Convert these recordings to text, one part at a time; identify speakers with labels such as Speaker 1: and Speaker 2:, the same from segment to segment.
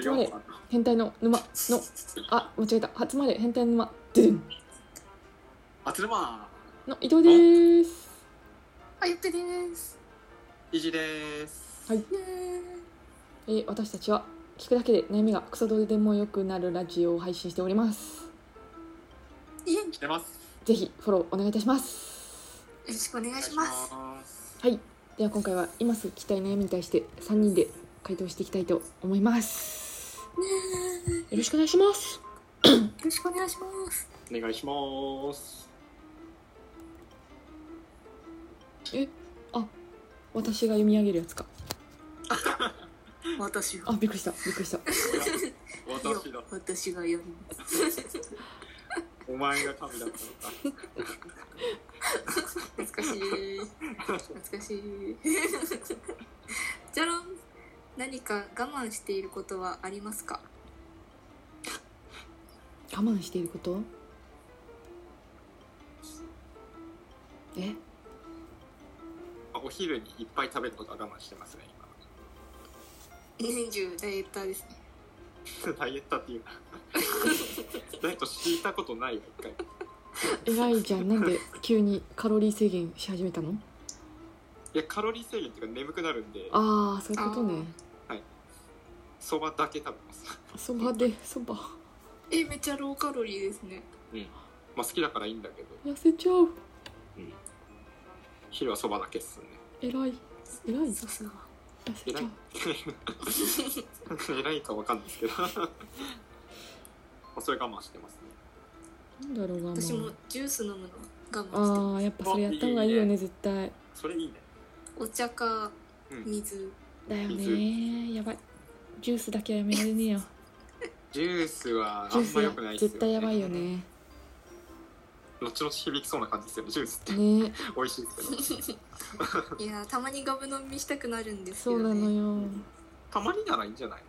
Speaker 1: 集まれ変態の沼のあ間違えた集まれ変態の沼ででん
Speaker 2: あつるま
Speaker 1: の伊藤です
Speaker 3: あゆっぺです。
Speaker 2: ーいじです
Speaker 1: はい
Speaker 3: イエーイ
Speaker 1: えー私たちは聞くだけで悩みがクソどうでもよくなるラジオを配信しております
Speaker 3: イエーイよ
Speaker 2: してます
Speaker 1: ぜひフォローお願いいたします
Speaker 3: ろしくお願いし
Speaker 2: お願
Speaker 3: ま
Speaker 2: い
Speaker 3: す
Speaker 2: し。ます
Speaker 1: はいでは今回は今すぐ聞きたい悩みに対して3人で回答していきたいと思います
Speaker 3: イエーイよ
Speaker 1: よろしくお願いします
Speaker 3: ろしくお願いします。
Speaker 2: お願いします
Speaker 1: 私が読み上げるやつか
Speaker 3: 私
Speaker 1: あ
Speaker 3: は。
Speaker 1: びっくりしたびっくりした
Speaker 2: 私だ
Speaker 3: 私がやります。
Speaker 2: お前が神だったの
Speaker 3: 懐かしい。
Speaker 2: か
Speaker 3: 懐かしい。じゃろん。何か我慢していることはありますか。
Speaker 1: 我慢していることえ
Speaker 2: お昼にいっぱい食べることは我慢してますね
Speaker 3: 年中ダイエッターですね。
Speaker 2: 今ダイエットっていうダイエットしたことないよ一回
Speaker 1: 偉いじゃんなんで急にカロリー制限し始めたの
Speaker 2: いやカロリー制限っていうか眠くなるんで
Speaker 1: ああそういうことね
Speaker 2: そばだけ食べます
Speaker 1: そばでそば
Speaker 3: え、めっちゃローカロリーですね。
Speaker 2: まあ好きだからいいんだけど
Speaker 1: 痩せちゃう
Speaker 2: 昼はそばだけっすね
Speaker 1: 偉い偉い痩
Speaker 3: さすが。
Speaker 1: せちゃう
Speaker 2: 偉いかわかんないですけどまあそれ我慢してますね
Speaker 1: なんだろう我
Speaker 3: 私も
Speaker 1: 慢
Speaker 3: ジュース飲むの我慢して
Speaker 1: ああやっぱそれやった方がいいよね絶対
Speaker 2: それいいね
Speaker 3: お茶か
Speaker 2: うん
Speaker 3: 水。
Speaker 1: だよねやばいジュースだけはやめられねえよ
Speaker 2: ジュースは
Speaker 1: ジ
Speaker 2: あ
Speaker 1: ュ
Speaker 2: んま良くない
Speaker 1: ース
Speaker 2: ですよ、ね、
Speaker 1: 絶対やばいよね
Speaker 2: 後々響きそうな感じですよねジュースって
Speaker 1: ね
Speaker 2: 美味しいですけど
Speaker 3: いやー、たまにガブ飲みしたくなるんです
Speaker 1: そ
Speaker 3: よ
Speaker 1: う
Speaker 3: ね。
Speaker 1: なのよ
Speaker 2: たまにならいいんじゃない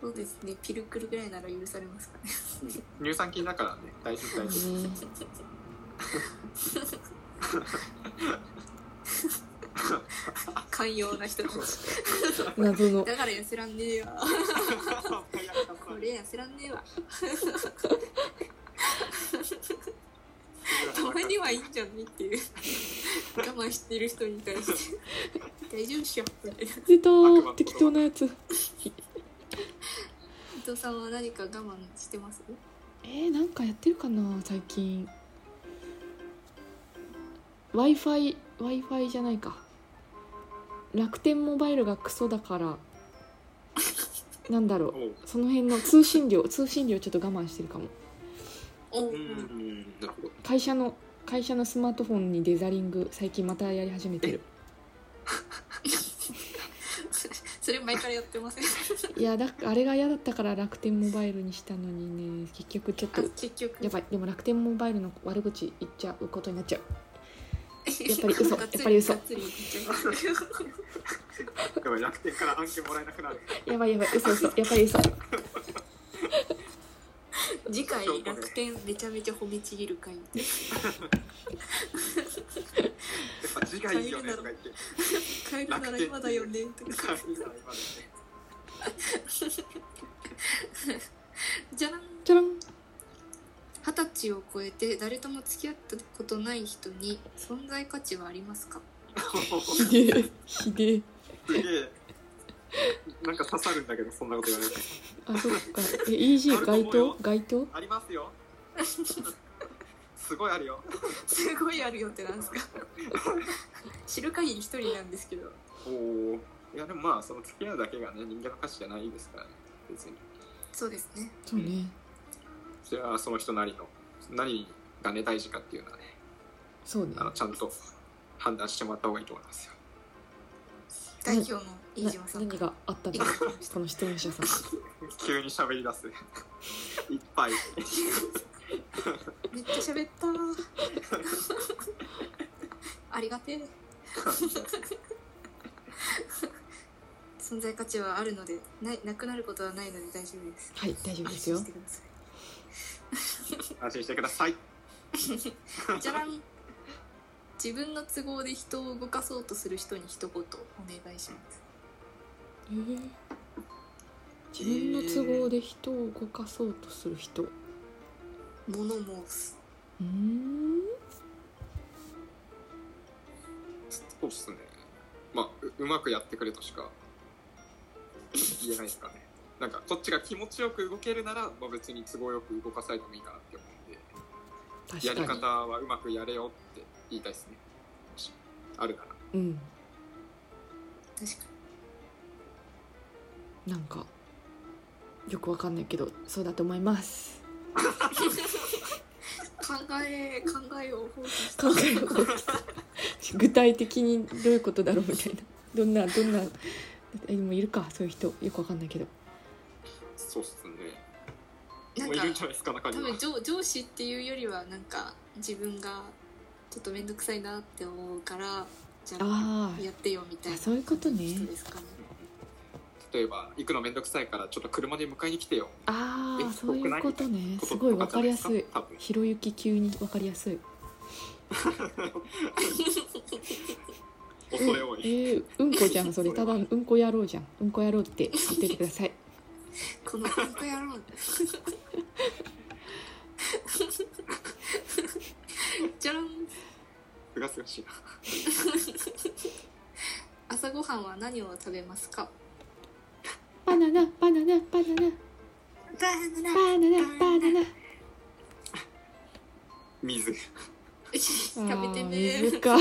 Speaker 3: そうですね。ピルクルぐらいなら許されますかね。
Speaker 2: 乳酸菌だからね大事大事
Speaker 1: ね
Speaker 3: 寛容な人たち。
Speaker 1: 謎の
Speaker 3: だから痩せらんねえよ。こ
Speaker 2: こ
Speaker 3: れ痩せらんねえわ。たま にはいいんじゃんねっていう。我慢してる人に対して。大丈夫っしょ。みたいな
Speaker 1: 出たー適当なやつ
Speaker 3: 伊藤さんは何か我慢してます
Speaker 1: えー、なんかやってるかな最近 w i f i w i f i じゃないか楽天モバイルがクソだからなんだろう
Speaker 2: おう
Speaker 1: その辺の通信料通信料ちょっと我慢してるかも
Speaker 3: お
Speaker 2: うーんなるほど
Speaker 1: 会社の会社のスマートフォンにデザリング最近またやり始めてる
Speaker 3: それ前からやってません。
Speaker 1: いやだあれが嫌だったから楽天モバイルにしたのにね結局ちょっ
Speaker 3: あ
Speaker 1: と
Speaker 3: 結 局。
Speaker 1: やばいでも楽天モバイルの悪口言っちゃうことになっちゃう
Speaker 3: い
Speaker 1: やっぱり嘘やっぱり嘘
Speaker 3: がっつりがっつり言っちゃう
Speaker 2: やばい楽天から案件もらえなくなる
Speaker 1: やばいやばい嘘嘘やっぱり嘘
Speaker 3: 次回楽天めちゃめちゃ褒めちぎる会で
Speaker 2: やっぱ字がいいよねとか言って
Speaker 3: 帰るなら今だよねとかじゃらん
Speaker 1: じゃらん
Speaker 3: 二十歳を超えて誰とも付き合ったことない人に存在価値はありますか
Speaker 1: ひでえひでえ
Speaker 2: すげえなんか刺さるんだけどそんなこと言われて
Speaker 1: あそっかえ EG
Speaker 2: あ
Speaker 1: 街
Speaker 2: ると思う
Speaker 1: 頭
Speaker 2: よ
Speaker 1: 街頭
Speaker 2: ありますよすごいあるよ
Speaker 3: すごいあるよってなんです か知る限り一人なんですけど
Speaker 2: おおいやでもまあその付き合うだけがね人間の価値じゃないですからね別に
Speaker 3: そうですね
Speaker 1: そうね
Speaker 2: それはその人なりの何がね大事かっていうのはね
Speaker 1: そうね
Speaker 2: あのちゃんと判断してもらった方がいいと思いますよ
Speaker 3: 代表の
Speaker 1: な
Speaker 3: 飯島さん
Speaker 1: 何があった
Speaker 3: い
Speaker 1: の
Speaker 3: かがでし
Speaker 1: この質問者さん
Speaker 2: 急に喋り出す いっぱい
Speaker 3: ためっちゃ喋ったありがてえ存在価値はあるのでないなくなることはないので大丈夫です
Speaker 1: はい大丈夫ですよ
Speaker 3: 安心してください
Speaker 2: 安心してください
Speaker 3: じゃらん自分の都合で人を動かそうとする人に一言お願いします
Speaker 1: えー自分の都合で人を動かそうとする人う
Speaker 3: 物申す
Speaker 1: ーん
Speaker 2: そうっすねまあううまくやってくれとしか言えないですかねなんかこっちが気持ちよく動けるなら、まあ、別に都合よく動かされてもいいかなって思うんでやり
Speaker 1: 確かに
Speaker 2: 方はうまくやれよって言いたいですねもしあるなら
Speaker 1: うん
Speaker 3: 確か
Speaker 1: なんかよくわかんないけどそうだと思います
Speaker 3: に考え考えを放棄した
Speaker 1: 考えを放棄す る具体的にどういうことだろうみたいなどんなどんなえでもいるかそういう人よくわかんないけど
Speaker 2: そうっすね
Speaker 3: な
Speaker 2: も
Speaker 3: ん
Speaker 2: うい
Speaker 3: か
Speaker 2: るんじゃないですか中に
Speaker 3: 多
Speaker 2: は
Speaker 3: 分上上司っていうよりはなんか自分がちょっと面倒くさいなって思うからじゃあ
Speaker 1: あー
Speaker 3: やってよみたい
Speaker 1: あ
Speaker 3: な
Speaker 1: そういうことね
Speaker 3: 人ですかね
Speaker 2: 例えば行くのめんどくさいからちょっと車で迎えに来てよ
Speaker 1: ああ
Speaker 2: え
Speaker 1: そういうことね
Speaker 2: こ
Speaker 1: す
Speaker 2: と
Speaker 1: ごいわかりやすい
Speaker 2: とかじゃな
Speaker 1: ひろゆき急にわかりやすい
Speaker 2: ですか多分恐れ多
Speaker 1: え
Speaker 2: い
Speaker 1: ーうんこじゃんそれただのうんこ野郎じゃんうんこ野郎って言ってください
Speaker 3: この本当やろうじゃらん
Speaker 2: すがすがしいな
Speaker 3: 朝ごはんは何を食べますか
Speaker 1: バナナバナナバナ
Speaker 3: バ
Speaker 1: ナ
Speaker 3: ナ
Speaker 1: バナナバナナ
Speaker 2: 水
Speaker 3: 食べて
Speaker 1: あー水
Speaker 3: ね
Speaker 1: か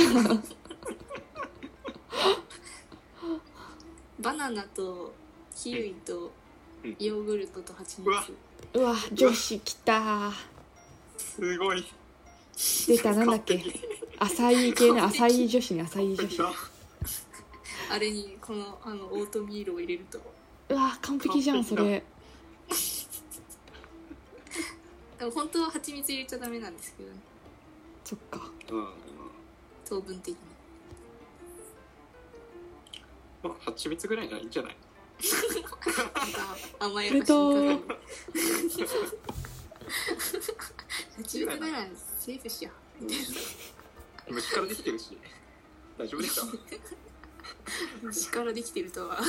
Speaker 3: バナナとキウイと
Speaker 2: うん
Speaker 3: ヨーグルトと蜂
Speaker 2: うわ
Speaker 3: 蜜
Speaker 1: うわ女子来た
Speaker 2: すごい
Speaker 1: 出たなんだっけ
Speaker 2: 完璧
Speaker 1: 浅い系ね
Speaker 3: 完璧
Speaker 1: 浅い女子ね浅い女子
Speaker 3: あれにこのあのオートミールを入れると
Speaker 1: うわ完璧じゃんそれ
Speaker 3: でも本当は蜂蜜入れちゃダメなんですけどね
Speaker 1: そっか
Speaker 2: うんうん
Speaker 3: 糖分的に
Speaker 2: まあ蜂蜜ぐらいならいいんじゃない
Speaker 3: なんか甘 やかしにかかる蜂蜜ならセーフしよ
Speaker 2: 虫からできてるし大丈夫でした
Speaker 3: う虫からできてるとは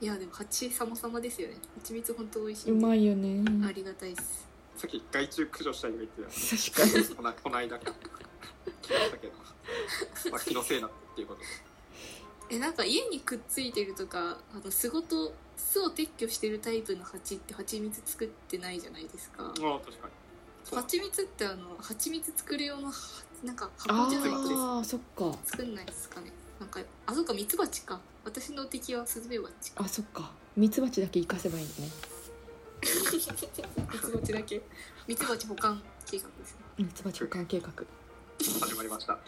Speaker 3: いやでも蜂様様ですよね蜂蜜本当美味しいんで
Speaker 1: うまいよね
Speaker 3: ありがたいです
Speaker 2: さっき害虫駆除したいとか言って
Speaker 1: 確かに
Speaker 2: たこなこの間聞きましたけど、まあ、気のせいなっていうことで
Speaker 3: えなんか家にくっついてるとかあの巣ごと巣を撤去してるタイプの蜂って蜂蜜作ってないじゃないですか
Speaker 2: ああ確かにそう
Speaker 3: 蜂蜜ってあの蜂蜜作る用のはなんか箱
Speaker 1: あ
Speaker 3: じゃないと
Speaker 1: あそっか
Speaker 3: 作んないですかねなんかあそうかミツバチか私の敵はスズメバチか
Speaker 1: あそっかミツバチだけ生かせばいいんだね
Speaker 3: ミツバチだ けミツバチ保管計画ですね
Speaker 1: ミツバチ保管計画
Speaker 2: 始まりま したこ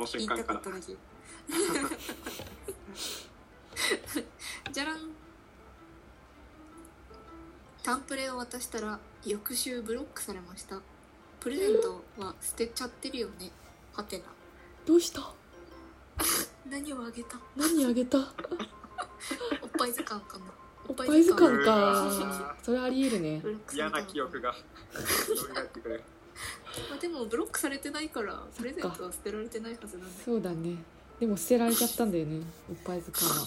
Speaker 2: の
Speaker 3: 言
Speaker 2: 瞬
Speaker 3: い
Speaker 2: 間
Speaker 3: た
Speaker 2: か
Speaker 3: からっただけ じゃらんタンプレを渡したら翌週ブロックされましたプレゼントは捨てちゃってるよねはてな
Speaker 1: どうした
Speaker 3: 何をあげた
Speaker 1: 何あげた
Speaker 3: おっぱい図鑑かな
Speaker 1: おっぱい図鑑
Speaker 2: う
Speaker 1: か
Speaker 2: わ
Speaker 1: それありえるね
Speaker 3: ブロックされ
Speaker 2: 嫌
Speaker 3: たのか
Speaker 2: な記憶が蘇ってくれ
Speaker 3: まあ、でもブロックされてないからプレゼントは捨てられてないはずなんだけ
Speaker 1: そうだねでも捨てられちゃったんだよねおっぱい図鑑は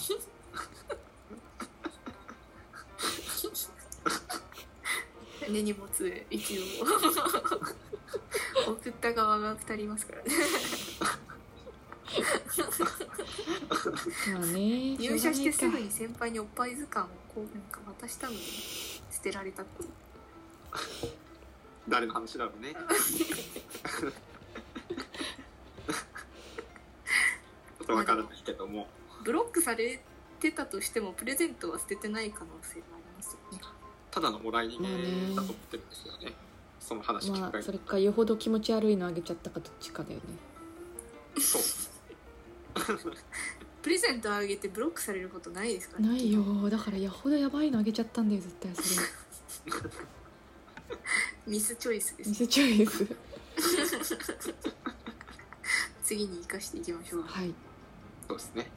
Speaker 3: ど根に持つ一応 送った側が2人いますから ね
Speaker 1: まあね
Speaker 3: 入社して
Speaker 1: しょ
Speaker 3: す
Speaker 1: うが
Speaker 3: ぐ
Speaker 1: ない
Speaker 3: に先輩におっぱい図鑑をこうなんか渡したのに捨てられたっていう
Speaker 2: 誰の話だろう ねちょっとわからないけども
Speaker 3: ブロックされてたとしてもプレゼントは捨ててない可能性がありますよね
Speaker 2: ただのもらい逃げだと思ってるんですよねその話聞く
Speaker 1: かま
Speaker 2: 限
Speaker 1: あ
Speaker 2: り
Speaker 1: それかよほど気持ち悪いのあげちゃったかどっちかだよね
Speaker 2: そう
Speaker 3: プレゼントあげてブロックされることないですからね
Speaker 1: ないよだからよほどやばいのあげちゃったんだよ絶対それ
Speaker 3: ミスチョイスで
Speaker 1: ミ
Speaker 3: す
Speaker 1: スチョイス
Speaker 3: 次に生かしていきましょうは
Speaker 1: はい、
Speaker 2: そうですね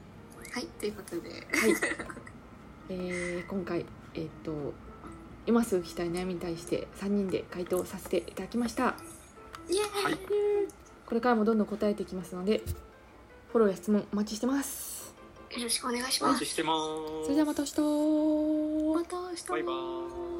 Speaker 3: いということで
Speaker 1: えー、今回えっ、と今すぐ聞きたい悩みに対して3人で回答させていただきました
Speaker 3: イエーイ
Speaker 2: はい
Speaker 1: これからもどんどん答えていきますのでフォローや質問お待ちしてますよろしくお願いし
Speaker 3: お
Speaker 1: ま
Speaker 3: 待
Speaker 1: す
Speaker 3: ちしてます
Speaker 2: それではまた明日
Speaker 1: また明日
Speaker 3: バイバーイ